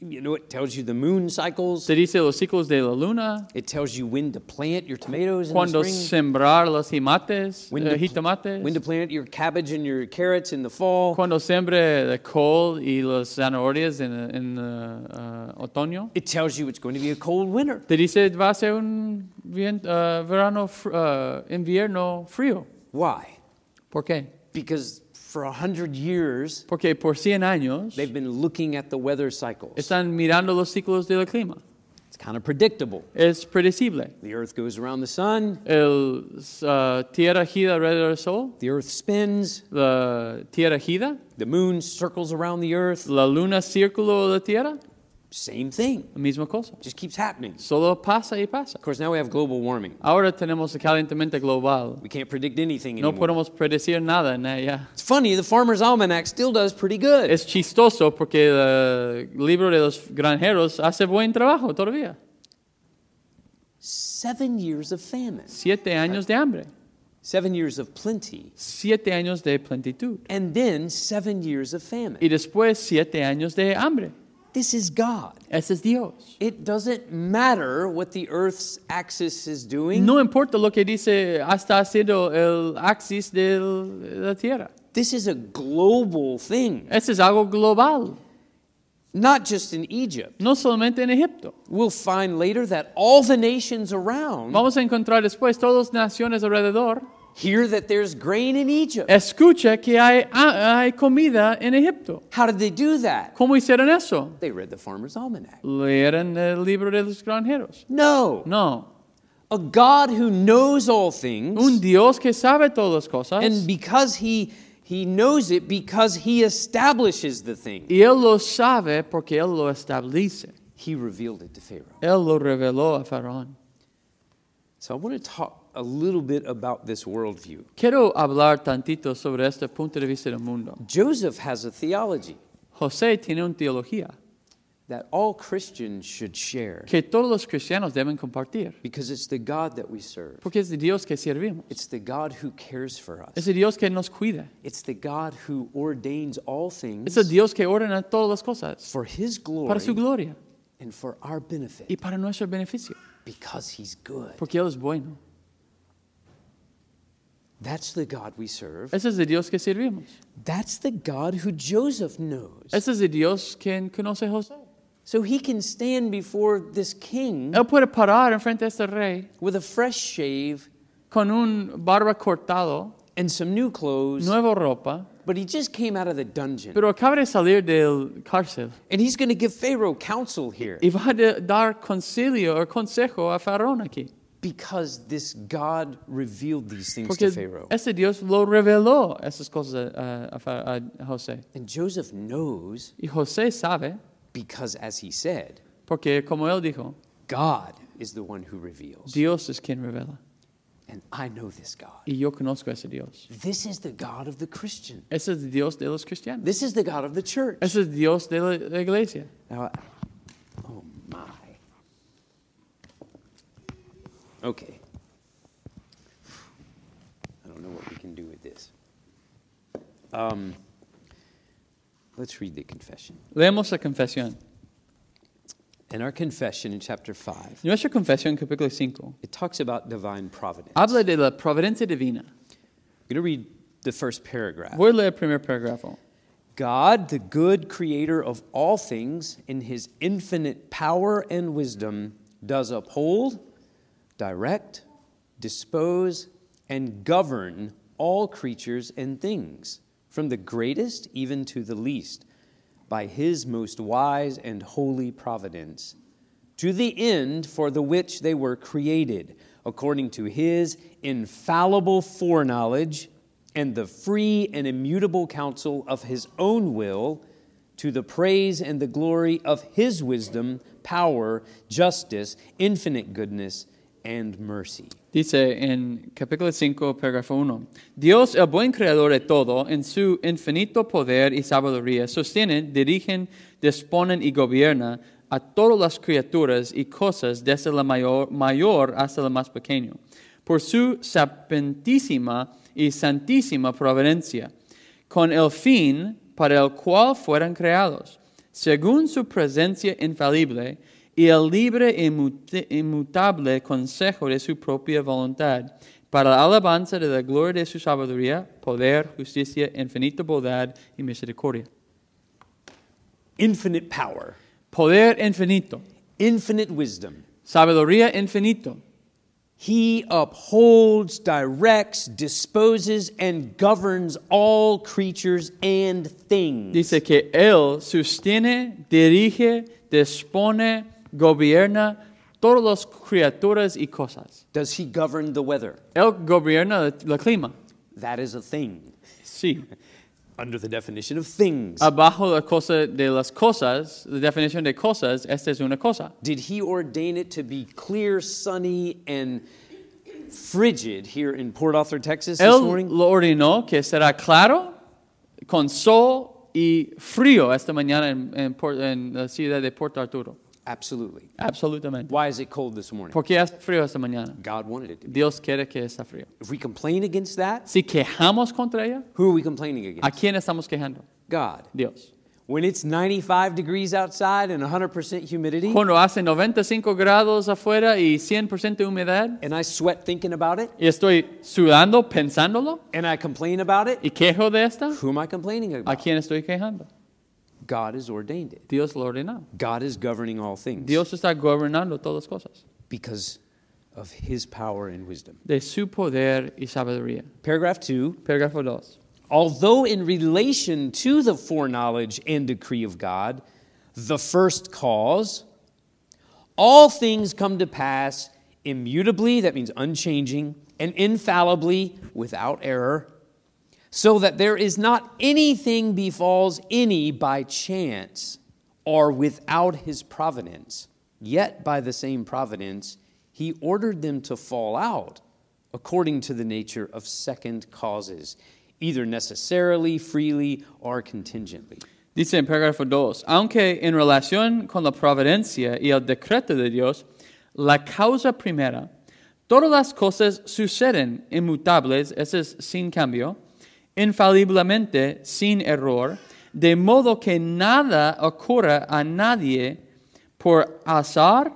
you know, it tellos you the moon cycles. Se dice los ciclos de la luna, It tells you when to plant your tomatoes in cuando the spring, sembrar los jimates, when eh, to, jitomates, when to plant your cabbage and your carrots in the fall. cuando sembre el col y los zanahorias en, en eh, eh, otoño. It tells you it's going to be a cold winter. Te dice va a ser un vien- eh, verano, fr- eh, invierno frío. Why? ¿Por qué? Because for a hundred years Porque por 100 años they've been looking at the weather cycles. están mirando los ciclos del clima. It's kind of predictable. Es predecible. The Earth goes around the sun. El eh, tierra gira alrededor del sol. The Earth spins. la tierra gira, The moon circles around the Earth. la luna círculo de la tierra, Same thing. la misma cosa. Just keeps happening. Solo pasa y pasa. Of course, now we have global warming. Ahora tenemos el calentamiento global. We can't predict anything No anymore. podemos predecir nada en ella. It's funny. The Farmer's Almanac still does pretty good. Es chistoso porque el uh, libro de los granjeros hace buen trabajo todavía. Seven years of famine. Siete años de hambre, Seven years of plenty. siete años de plenitud and then seven years of famine. y después siete años de hambre. This is God. Ese es Dios. It doesn't matter what the earth's axis is doing. No importa lo que dice hasta haciendo el axis de la tierra. This is a global thing, Ese es algo global. not just in Egypt. no solamente en Egipto. We'll find later that all the nations around Vamos a encontrar después todas las naciones alrededor Hear that there's grain in Egypt. Escucha que hay, ah, hay comida en Egipto. How did they do that? ¿Cómo hicieron eso? They read the farmer's almanac. Leeron el libro de los granjeros. No. No. A God who knows all things, Un Dios que sabe todas las cosas. and because he he knows it because he establishes the thing. y Él lo sabe porque Él lo establece. He revealed it to Pharaoh. Él lo reveló a Faraón. So I want to talk a little bit about this worldview. Quiero hablar tantito sobre este punto de vista del mundo. Joseph has a theology José tiene una teología that all Christians should share que todos los cristianos deben compartir, because it's the God that we serve. porque es de Dios que servimos. It's the God who cares for Es us. el Dios que nos cuida. It's the God who ordains all things Es el Dios que ordena todas las cosas for his para glory su gloria and for our y benefit para nuestro beneficio, because he's good. porque Él es bueno. That's the God we serve. Ese es el Dios que servimos. That's the God who Joseph knows. Ese es el Dios quien conoce a José. So he can stand before this king Él puede parar enfrente de este rey with a fresh shave con un barba cortado, and some new clothes, nueva ropa, but he just came out of the dungeon. pero acaba de salir del cárcel And he's going to give Pharaoh counsel here y va a de- dar concilio o consejo a Faraón aquí. because this God revealed these things Porque to Pharaoh. ese Dios lo reveló esas cosas a, a Fa- a José. And Joseph knows Y José sabe, because, as he said, porque como él dijo, God is the one who reveals. Dios es quien revela. And I know this God. Y yo conozco a ese Dios. This is the God of the Christian. Ese es el Dios de los cristianos. This is the God of the church. Ese es el Dios de la- la iglesia. Now, oh my. Okay. I don't know what we can do with this. Um, let's read the confession. Leemos la confesión. In our confession in chapter 5, Nuestra confesión, capítulo 5, it talks about divine providence. habla de la providencia divina. I'm going to read the first paragraph. Voy a leer el primer parágrafo. God, the good creator of all things, in his infinite power and wisdom, does uphold, direct, dispose, and govern all creatures and things, from the greatest even to the least, by his most wise and holy providence, to the end for the which they were created, according to his infallible foreknowledge and the free and immutable counsel of his own will, to the praise and the glory of his wisdom, power, justice, infinite goodness, and mercy. Dice en capítulo 5, parágrafo 1. Dios, el buen creador de todo, en su infinito poder y sabiduría, sostiene, dirigen, disponen y gobierna a todas las criaturas y cosas, desde la mayor, mayor hasta la más pequeño, por su serpentísima y santísima providencia, con el fin para el cual fueron creados, según su presencia infalible y el libre e imute- inmutable consejo de su propia voluntad, para la alabanza de la gloria de su sabiduría, poder, justicia, infinita bondad y misericordia. Infinite power, Poder infinito, infinite wisdom. sabiduría infinito. He upholds, directs, disposes, and governs all creatures and things. Dice que Él sostiene, dirige, dispone, gobierna todas las criaturas y cosas. Does he govern the weather? Él gobierna el clima, That is a thing. sí. Under the definition of things. Abajo la cosa de las cosas, la definición de cosas, esta es una cosa. Did he ordain it to be clear, sunny, and frigid here in Port Arthur, Texas this Él morning? lo ordenó que será claro, con sol y frío esta mañana en, en Port- en la ciudad de Puerto Arturo. Absolutely. Absolutamente. Why is it cold this morning? Porque hace frío esta mañana. God wanted it to be. Dios quiere que esté frío. If we complain against that, Si quejamos contra ella, who are we complaining ¿a against? quién estamos quejando? God. Dios. When it's 95 degrees outside and 100% humidity, Cuando hace 95 grados afuera y 100% de humedad, and I sweat thinking about it, y estoy sudando, pensándolo, and I complain about it, y quejo de esta, who am I complaining ¿a about? quién estoy quejando? God has ordained it. Dios lo ordenó. God is governing all things. Dios está gobernando todas las cosas. Because of his power and wisdom. de su poder y sabiduría. Paragraph 2 Parágrafo 2. Although in relation to the foreknowledge and decree of God, the first cause, all things come to pass immutably, that means unchanging, and infallibly, without error, so that there is not anything befalls any by chance or without his providence. Yet by the same providence, he ordered them to fall out according to the nature of second causes, either necessarily, freely, or contingently. Dice en parágrafo 2, aunque en relación con la providencia y el decreto de Dios, la causa primera, todas las cosas suceden inmutables, eso es sin cambio, infaliblemente, sin error, de modo que nada ocurra a nadie por azar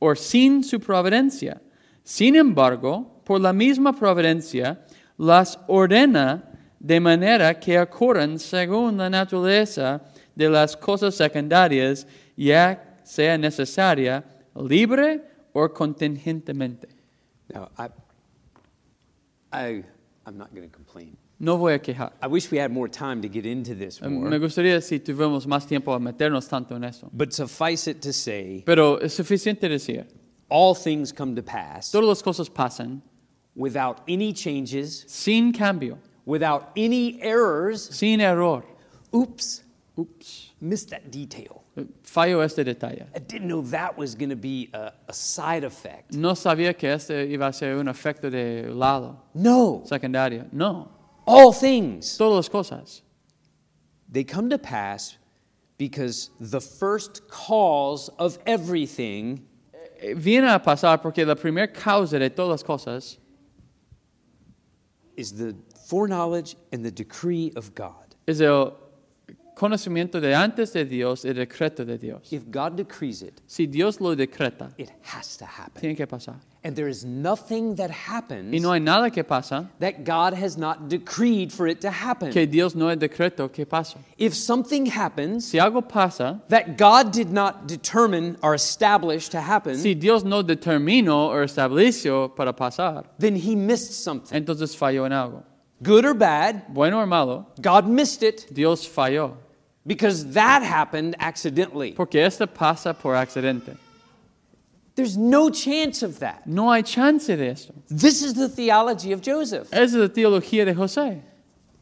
o sin su providencia. Sin embargo, por la misma providencia, las ordena de manera que ocurran según la naturaleza de las cosas secundarias, ya sea necesaria, libre o contingentemente. Now, I, I, I'm not going to complain. No voy a quejar. I wish we had more time to get into this Me more, gustaría si tuviéramos más tiempo a meternos tanto en eso. but suffice it to say, Pero es suficiente decir, all things come to pass todas las cosas pasan without any changes, sin cambio, without any errors. sin error. Oops, Ups, missed that detail. fallo este detalle. I didn't know that was going to be a, a side effect. No sabía que este iba a ser un efecto de lado No, secundario. No, all things. todas las cosas. They come to pass because the first cause of everything Eh, Viene a pasar porque la primera causa de todas las cosas is the foreknowledge and the decree of God. es el conocimiento de antes de Dios y el decreto de Dios. If God decrees it, Si Dios lo decreta, it has to happen. tiene que pasar. And there is nothing that Y happens no hay nada que pasa that God has not decreed for it to que happen. Dios no decreto que pasa. If something happens Si algo pasa, that God did not determine or establish to happen, si Dios no determinó o estableció para pasar, then he missed something. entonces falló en algo. Good or bad, Bueno o malo, God missed it Dios falló. because that happened accidentally. Porque esto pasa por accidente. There's no chance of that. No hay chance de esto. This is the theology of Joseph. Esa es la teología de José.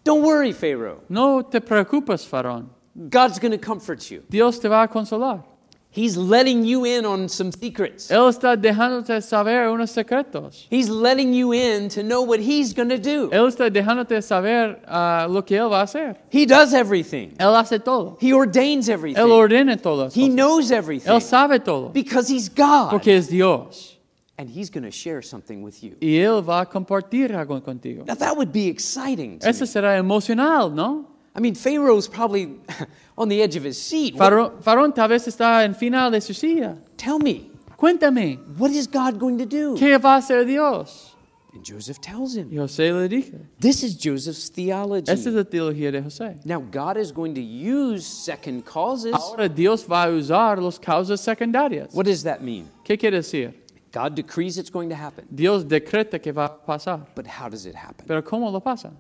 Don't worry, Pharaoh. No te preocupes, Farón. God's going to comfort you. Dios te va a consolar. He's letting you in on some secrets. Él está dejándote saber unos secretos. He's letting you in to know what he's going to do. Él está dejándote saber ah, lo que Él va a hacer. He does everything. Él hace todo. He ordains Él everything. ordena todo. He Él knows everything sabe todo. because he's God. Porque es Dios. And he's going to share something with you. Y Él va a compartir algo contigo. Now that would be exciting. To me. Eso será emocional, ¿no? I mean, Pharaoh's probably on the edge of his seat. What- Farón, Farón tal vez está en final de su silla. tell me, Cuéntame, what is God going to do? ¿qué va a hacer Dios? And Joseph tells him. Y José le dije, This is Joseph's esta es theology. la teología de José. Now God is going to use second causes. Ahora Dios va a usar las causas secundarias. What does that mean? ¿Qué quiere decir? God decrees it's going to happen. Dios decreta que va a pasar. But how does it happen? Pero ¿cómo lo pasa?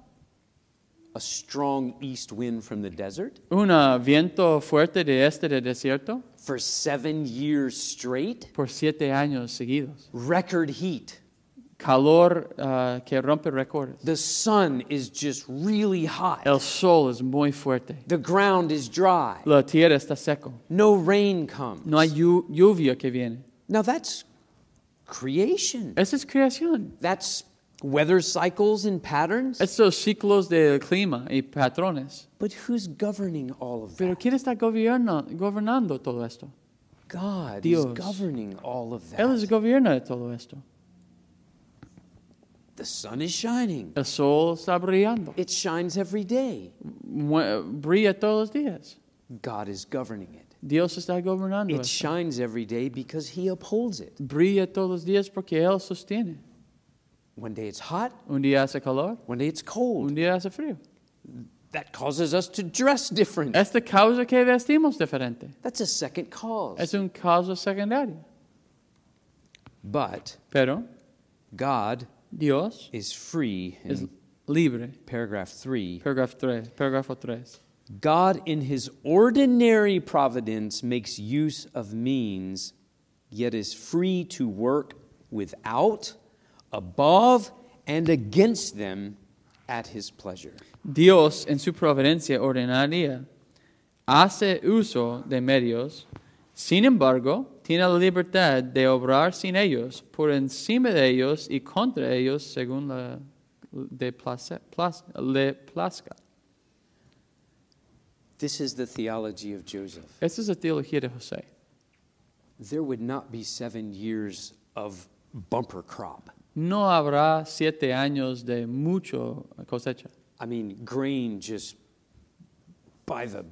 A strong east wind from the desert ¿Un ah, viento fuerte de este del desierto? for seven years straight, Por siete años seguidos. record heat. Calor ah, que rompe récords. The sun is just really hot. El sol es muy fuerte. The ground is dry. La tierra está seco. No rain comes. No hay llu- lluvia que viene. Now that's creation. Esa es creación. That's weather cycles and patterns. Estos ciclos del clima y patrones. But who's governing all of Pero that? ¿quién está gobierno- gobernando todo esto? God is Dios. governing all of that. Él es gobierno de todo esto. The sun is shining. El sol está brillando. It shines every day. Mu- Brilla todos los días. God is governing it. Dios está gobernando. It esto. shines every day because He upholds it. Brilla todos los días porque Él sostiene. One day it's hot, Un día hace calor, one day it's un cold. día hace frío. That causes us to dress different. Esta causa que vestimos diferente That's a second cause. es un causa secundaria. But Pero God Dios is free. In es libre. paragraph 3, Paragraph 3, parágrafo 3. God in his ordinary providence makes use of means, yet is free to work without, above, and against them at his pleasure. Dios en su providencia ordinaria hace uso de medios, sin embargo, tiene la libertad de obrar sin ellos, por encima de ellos y contra ellos según la, de place- plaz- le plazca. This is the theology of Joseph. Esta es la teología de José. There would not be seven years of bumper crop. No habrá siete años de mucho cosecha. I mean, grain just by the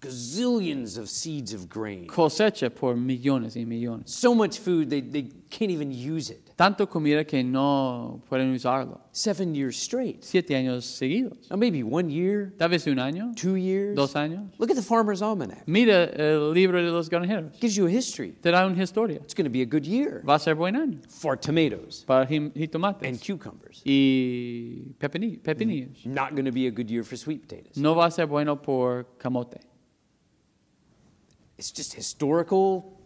gazillions of seeds of grain. Cosecha por millones y millones. So much food, they, they can't even use it. Tanto comida que no pueden usarlo. Seven years straight. Siete años seguidos. Now, maybe one year, Tal vez un año, two years. dos años. Look at the Farmer's Almanac. Mira el libro de los granjeros. It gives you a history. Te da una historia. It's going to be a good year Va a ser buen año for tomatoes para jim- jitomates and cucumbers. y pepini- pepinillos. Not going to be a good year for sweet potatoes. No va a ser bueno por camote. It's just historical,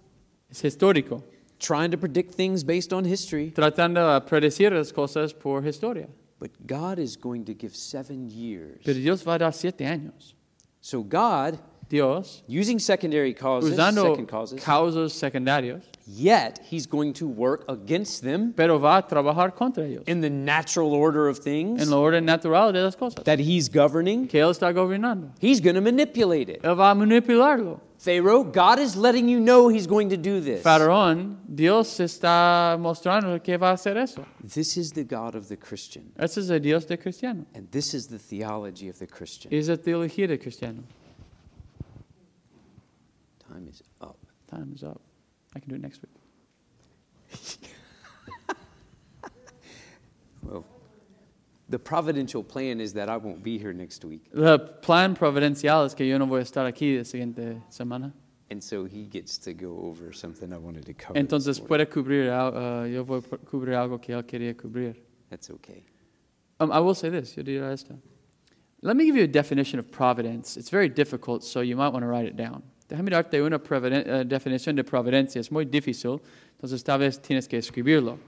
Es histórico. trying to predict things based on history. Tratando de predecir las cosas por historia. But God is going to give seven years. Pero Dios va a dar siete años. So God, Dios, using secondary causes, usando second causes, causas secundarios, yet He's going to work against them pero va a trabajar contra ellos. in the natural order of things En la orden natural de las cosas. that He's governing. Que Él está gobernando. He's going to manipulate it. Él va a manipularlo. Pharaoh, God is letting you know he's going to do this. Faraón, Dios está mostrando que va a hacer eso. This is the God of the Christian, Ese es el Dios de cristiano. and this is the theology of the Christian. Es la teología de cristiano. Time is up. Time is up. I can do it next week. Well, the providential plan is that I won't be here next week, El plan providencial es que yo no voy a estar aquí la siguiente semana. and so he gets to go over something I wanted to cover. this Entonces morning. puede cubrir, al- uh, yo voy a pu- cubrir algo que él quería cubrir. That's okay. Um, I will say this. Yo diría esto. Let me give you a definition of providence. It's very difficult, so you might want to write it down. Déjame darte una providen- eh, definición de providencia. Es muy difícil, entonces tal vez tienes que escribirlo.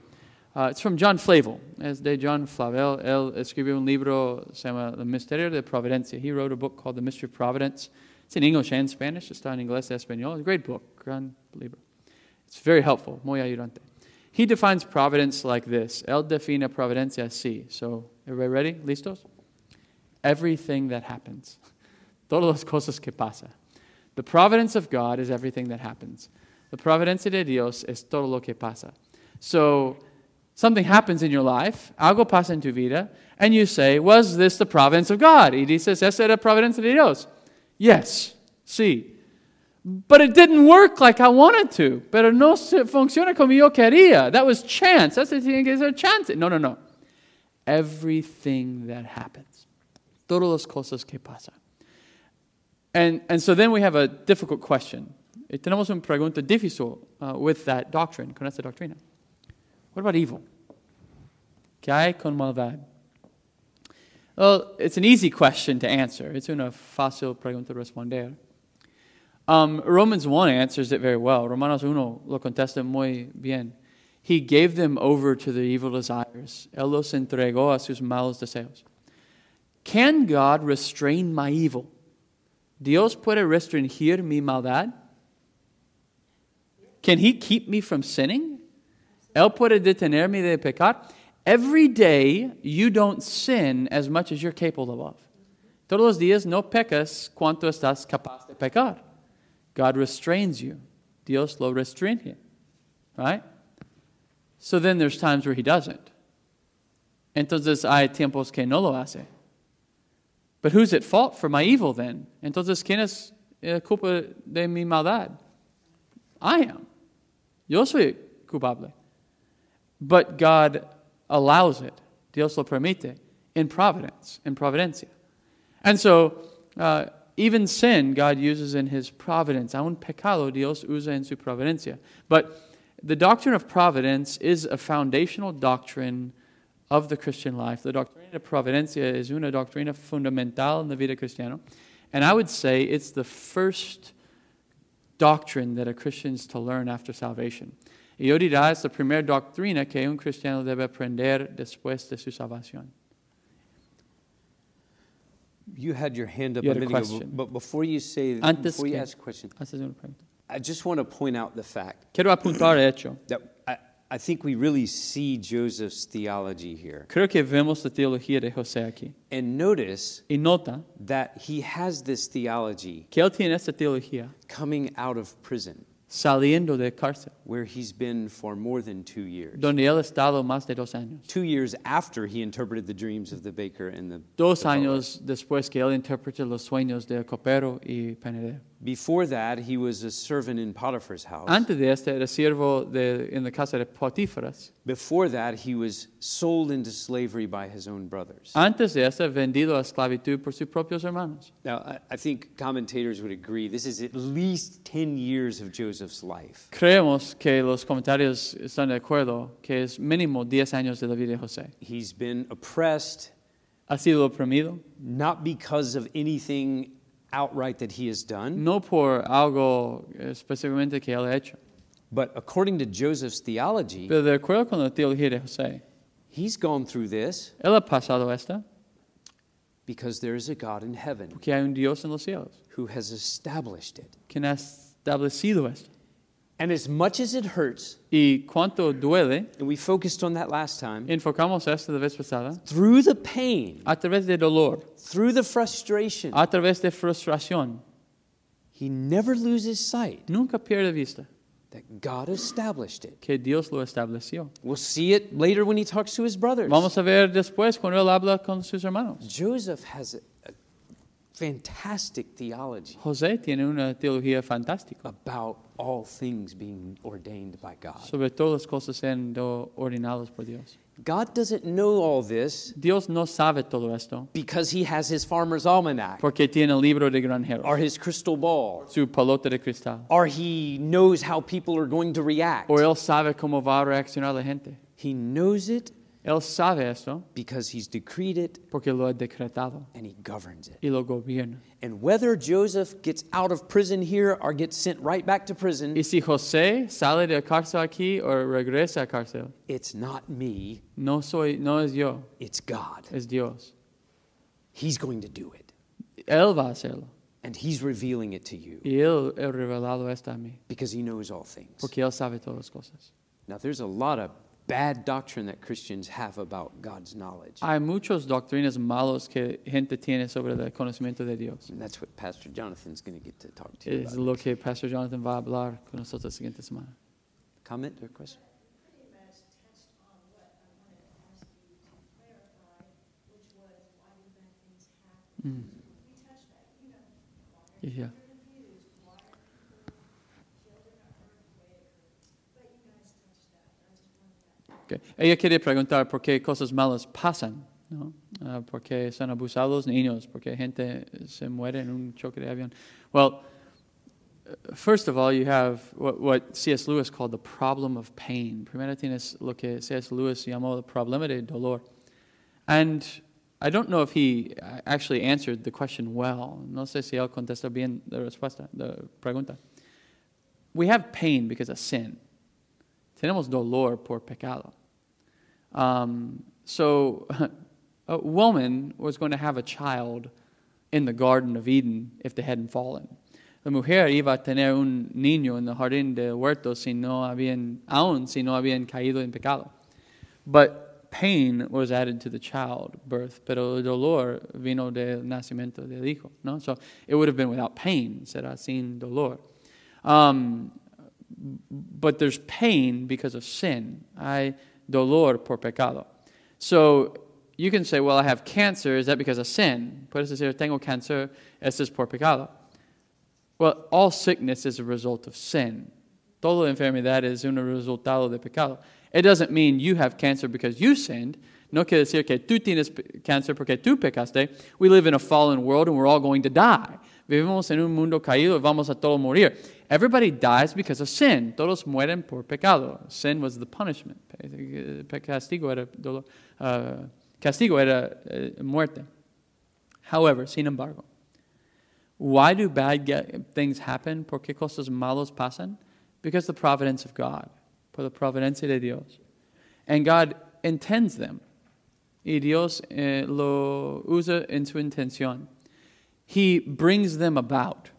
Uh, it's from John Flavel. Es de John Flavel. Él escribió un libro, se llama El Misterio de Providencia. He wrote a book called The Mystery of Providence. It's in English and Spanish. Está en inglés y español. It's a great book. Gran libro. It's very helpful. Muy ayudante. He defines providence like this. Él define providencia así. So, everybody ready? ¿Listos? Everything that happens. Todas las cosas que pasa. The providence of God is everything that happens. The providencia de Dios es todo lo que pasa. So, something happens in your life, algo pasa en tu vida, and you say, was this the providence of God? Y dices, ¿esa era providencia de Dios? Yes, sí. But it didn't work like I wanted to. Pero no se- funciona como yo quería. That was chance. That's the thing is a chance. No, no, no. Everything that happens. Todas las cosas que pasa. And, and so then we have a difficult question. Y tenemos una pregunta difícil uh, with that doctrine, con esta doctrina. What about evil? ¿Qué hay con maldad? Well, it's an easy question to answer. It's una fácil pregunta responder. Um, Romans 1 answers it very well. Romanos 1 lo contesta muy bien. He gave them over to their evil desires. Él los entregó a sus malos deseos. Can God restrain my evil? Dios puede restringir mi maldad? Can he keep me from sinning? Él puede detenerme de pecar? Every day you don't sin as much as you're capable of. Todos los días no pecas cuanto estás capaz de pecar. God restrains you. Dios lo restringe. Right? So then there's times where he doesn't. Entonces hay tiempos que no lo hace. But who's at fault for my evil then? Entonces, ¿quién es eh, culpa de mi maldad? I am. Yo soy culpable. But God allows it. Dios lo permite in providence, in providencia. And so, uh, even sin, God uses in his providence. Aun pecado, Dios usa en su providencia. But The doctrine of providence is a foundational doctrine of the Christian life. The doctrina de providencia is una doctrina fundamental en la vida cristiana. And I would say it's the first doctrine that a Christian is to learn after salvation. Y yo diría, es la primera doctrina que un cristiano debe aprender después de su salvación. You had your hand up You a had a minute ago, question. but before you say, Antes before you que- ask a question, Haces una pregunta. I just want to point out the fact Quiero apuntar el hecho. that I, I think we really see Joseph's theology here. Creo que vemos la teología de José aquí. And notice Y nota that he has this theology que él tiene esta teología coming out of prison, saliendo de cárcel, where he's been for more than two years. donde él ha estado más de dos años. Two years after he interpreted the dreams of the baker and the. Dos the poet. años después que él interpreta los sueños de copero y panadero. Before that, he was a servant in Potiphar's house. Antes de este era siervo de, en la casa de Potíferas. Before that, he was sold into slavery by his own brothers. Antes de este vendido a esclavitud por sus propios hermanos. Now, I, I think commentators would agree this is at least 10 years of Joseph's life. Creemos que los comentarios están de acuerdo que es mínimo 10 años de la vida de José. He's been oppressed, Ha sido oprimido, not because of anything outright that he has done, no por algo eh, específicamente que él ha hecho, but according to Joseph's theology, pero de acuerdo con la teología de José. he's gone through this Él ha pasado esta because there is a God in heaven porque hay un Dios en los cielos who has established it. quien ha establecido esto. And as much as it hurts, Y cuánto duele, and we focused on that last time, enfocamos esto la vez pasada, through the pain, a través de dolor, through the frustration, a través de frustración, he never loses sight nunca pierde vista that God established it. que Dios lo estableció. We'll see it later when he talks to his brothers. Vamos a ver después cuando él habla con sus hermanos. Joseph has a, a fantastic theology José tiene una teología fantástica about all things being ordained by God. sobre todas las cosas siendo ordenadas por Dios. God doesn't know all this Dios no sabe todo esto because he has his farmer's almanac porque tiene el libro de granjero, or his crystal ball su pelota de cristal, or he knows how people are going to react. o él sabe cómo va a reaccionar la gente. He knows it Él sabe esto because he's decreed it porque lo ha decretado and he governs it. y lo gobierna. And whether Joseph gets out of prison here or gets sent right back to prison, Y si José sale de la cárcel aquí o regresa a la cárcel, it's not me, no soy, no es yo, it's God. es Dios. He's going to do it. Él va a hacerlo. And he's revealing it to you Y Él ha revelado esto a mí, because he knows all things. porque Él sabe todas las cosas. Now, there's a lot of bad doctrine that Christians have about God's knowledge. Hay muchas doctrinas malas que gente tiene sobre el conocimiento de Dios. And that's what Pastor Jonathan's going to get to talk to you Es about. lo que Pastor Jonathan va a hablar con nosotros la siguiente semana. Comment or question? pretty much touched on what I wanted to ask you to clarify, which was why do bad things happen? We touched that, you know, Y ya. Ok. Ella quiere preguntar por qué cosas malas pasan, ¿no? Ah, por qué son abusados niños, por qué gente se muere en un choque de avión. Well, uh, first of all, you have what, what C.S. Lewis called the problem of pain. Primero tienes lo que C.S. Lewis llamó el problema de dolor. And I don't know if he uh, actually answered the question well. No sé si él contestó bien la respuesta, la pregunta. We have pain because of sin. Tenemos dolor por pecado. Um, so, a woman was going to have a child in the Garden of Eden if they hadn't fallen. La mujer iba a tener un niño en el jardín de huerto si no habían, aún si no habían caído en pecado. But pain was added to the childbirth, pero el dolor vino del nacimiento del hijo. No? So it would have been without pain, será sin dolor. Um, but there's pain because of sin. I dolor por pecado. So you can say, well, I have cancer. Is that because of sin? Puedes decir, tengo cáncer. Esto es por pecado. Well, all sickness is a result of sin. Toda enfermedad es un resultado de pecado. It doesn't mean you have cancer because you sinned. No quiere decir que tú tienes pe- cancer porque tú pecaste. We live in a fallen world and we're all going to die. Vivimos en un mundo caído y vamos a todos morir. Everybody dies because of sin. Todos mueren por pecado. Sin was the punishment. Pe- pe- Castigo era, dolor, ah, castigo era eh, muerte. However, sin embargo, why do bad get, things happen? ¿Por qué cosas malas pasan? Because the providence of God. Por la providencia de Dios. And God intends them. Y Dios eh, lo usa en su intención. He brings them about.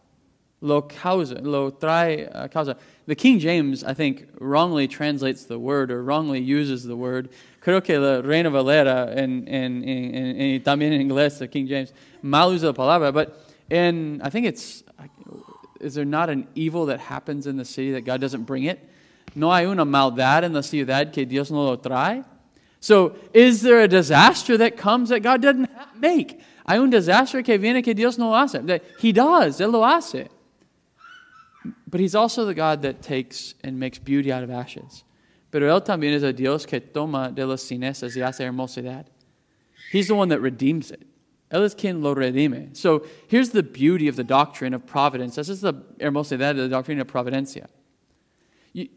Lo causa, lo trae a causa. The King James, I think, wrongly translates the word or wrongly uses the word. Creo que la Reina Valera en, en, en, en, y también en inglés, the King James, mal usa la palabra. But in, I think it's, is there not an evil that happens in the city that God doesn't bring it? No hay una maldad en la ciudad que Dios no lo trae. So, is there a disaster that comes that God doesn't ha- make? Hay un desastre que viene que Dios no hace. That He does, Él lo hace. But He's also the God that takes and makes beauty out of ashes. Pero Él también es el Dios que toma de las cinezas y hace hermosidad. He's the one that redeems it. Él es quien lo redime. So here's the beauty of the doctrine of providence. This is the hermosidad de la doctrina de providencia. You,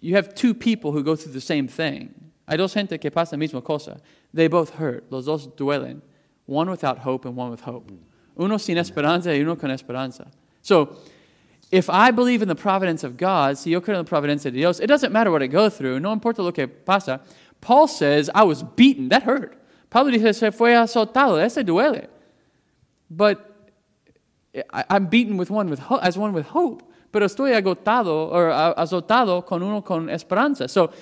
you have two people who go through the same thing. Hay dos gente que pasa la misma cosa. They both hurt. Los dos duelen. One without hope and one with hope. Uno sin esperanza y uno con esperanza. So, if I believe in the providence of God, si yo creo en la providencia de Dios, it doesn't matter what I go through. No importa lo que pasa. Paul says, I was beaten. That hurt. Pablo dice, se fue azotado. Ese duele. But I, I'm beaten with one with ho- as one with hope, pero estoy agotado or uh, azotado con uno con esperanza. So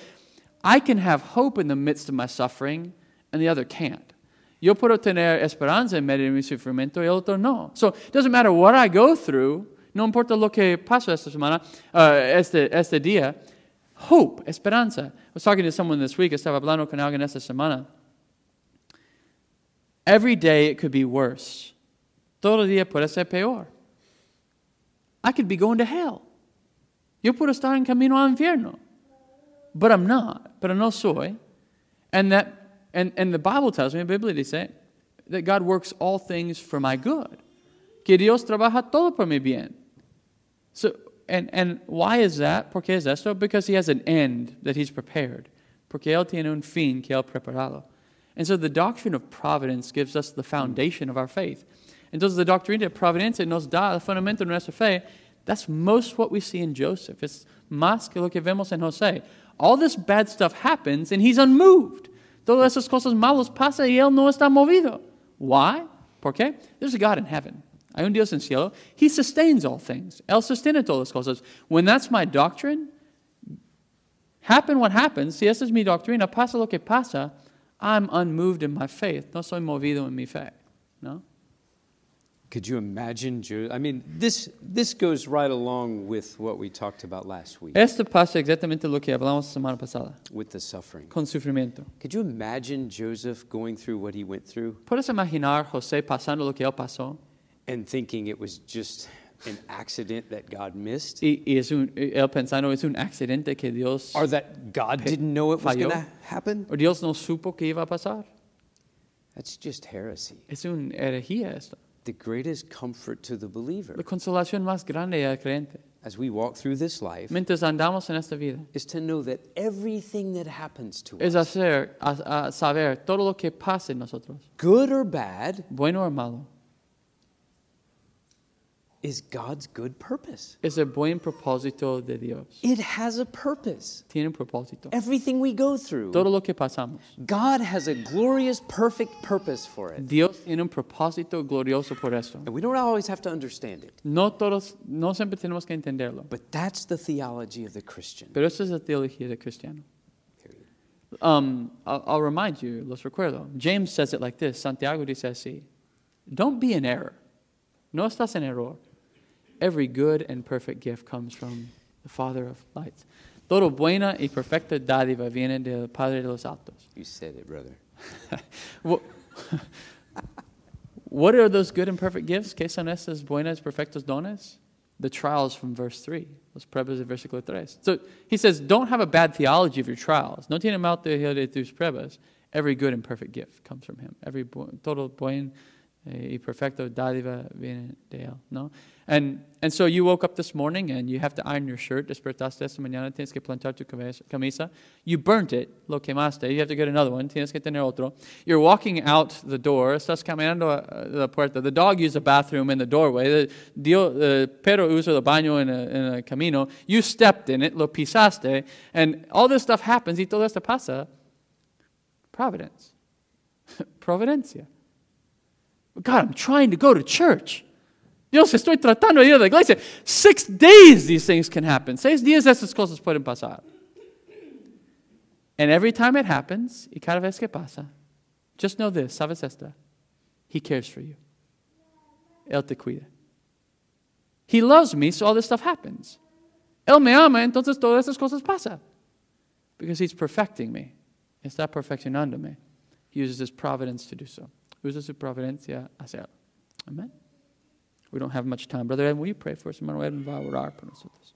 I can have hope in the midst of my suffering, and the other can't. Yo puedo tener esperanza en medio de mi sufrimiento y el otro no. So it doesn't matter what I go through, no importa lo que paso esta semana, uh, este, este día, hope, esperanza. I was talking to someone this week, estaba hablando con alguien esta semana. Every day it could be worse. Todo día puede ser peor. I could be going to hell. Yo puedo estar en camino al infierno. But I'm not. Pero no soy. And that and, and the Bible tells me, la Biblia dice, that God works all things for my good. Que Dios trabaja todo por mi bien. So, and, and why is that? ¿Por qué es esto? Because he has an end that he's prepared. Porque él tiene un fin que él preparado. And so the doctrine of providence gives us the foundation of our faith. Entonces the doctrina de providencia nos da el fundamento de nuestra fe. That's most what we see in Joseph. It's más que lo que vemos en José. All this bad stuff happens and he's unmoved. Todas esas cosas malas pasan y él no está movido. Why? ¿Por qué? There's a God in heaven. Hay un Dios en cielo. He sustains all things. Él sostiene todas las cosas. When that's my doctrine, happen what happens, si esa es mi doctrina, pasa lo que pasa, I'm unmoved in my faith. No soy movido en mi fe. ¿No? Could you imagine? Jo- I mean, this, this goes right along with what we talked about last week Esto pasa exactamente lo que hablamos la semana pasada, with the suffering. con sufrimiento. Could you imagine Joseph going through what he went through ¿Puedes imaginar a José pasando lo que él pasó? and thinking it was just an accident that God missed? Y, y es un- y él pensando, es un accidente que Dios, Or that God didn't know it was Falló. going to happen? o Dios no supo que iba a pasar. That's just heresy. Es una herejía esto. The greatest comfort to the believer La consolación más grande al creyente, as we walk through this life mientras andamos en esta vida, is to know that everything that happens to es us, hacer, a- a saber todo lo que pasa en nosotros, good or bad, bueno o malo, is God's good purpose. es el buen propósito de Dios. It has a purpose. Tiene un propósito. Everything we go through, Todo lo que pasamos. God has a glorious, perfect purpose for it. Dios tiene un propósito glorioso por eso. And we don't always have to understand it, No todos, no siempre tenemos que entenderlo. but that's the theology of the Christian. Pero esa es la teología de cristiano. Period. Um, I'll, I'll remind you, los recuerdo. James says it like this. Santiago dice así. Don't be in error. No estás en error. Every good and perfect gift comes from the Father of lights. Todo buena y perfecta dádiva viene del Padre de los altos. You said it, brother. Wha- what are those good and perfect gifts? ¿Qué son esas buenas, perfectos dones? The trials from verse 3. Los pruebas de versículo 3. So he says, don't have a bad theology of your trials. No tiene mal teología de tus pruebas. Every good and perfect gift comes from him. Every bu- todo buen, eh, y perfecto dádiva viene de él, ¿no? And, and so you woke up this morning and you have to iron your shirt. Despertaste esta mañana, tienes que planchar tu cabeza- camisa. You burnt it, lo quemaste. You have to get another one, tienes que tener otro. You're walking out the door, estás caminando a a la puerta. The dog used the bathroom in the doorway. The dio, the perro usó el baño en el, en el camino. You stepped in it, lo pisaste. And all this stuff happens y todo esto pasa. Providence. Providencia. God, I'm trying to go to church. Dios, estoy tratando de ir a la iglesia. Six days these things can happen. Seis días esas cosas pueden pasar. And every time it happens, y cada vez que pasa, just know this, sabes esta, He cares for you. Él te cuida. He loves me, so all this stuff happens. Él me ama, entonces todas estas cosas pasan. Because he's perfecting me. Está perfeccionándome. He uses his providence to do so. Usa su providencia a hacerlo. Amen. We don't have much time. Brother Edwin, will you pray for us? Hermano Edwin va a orar por nosotros.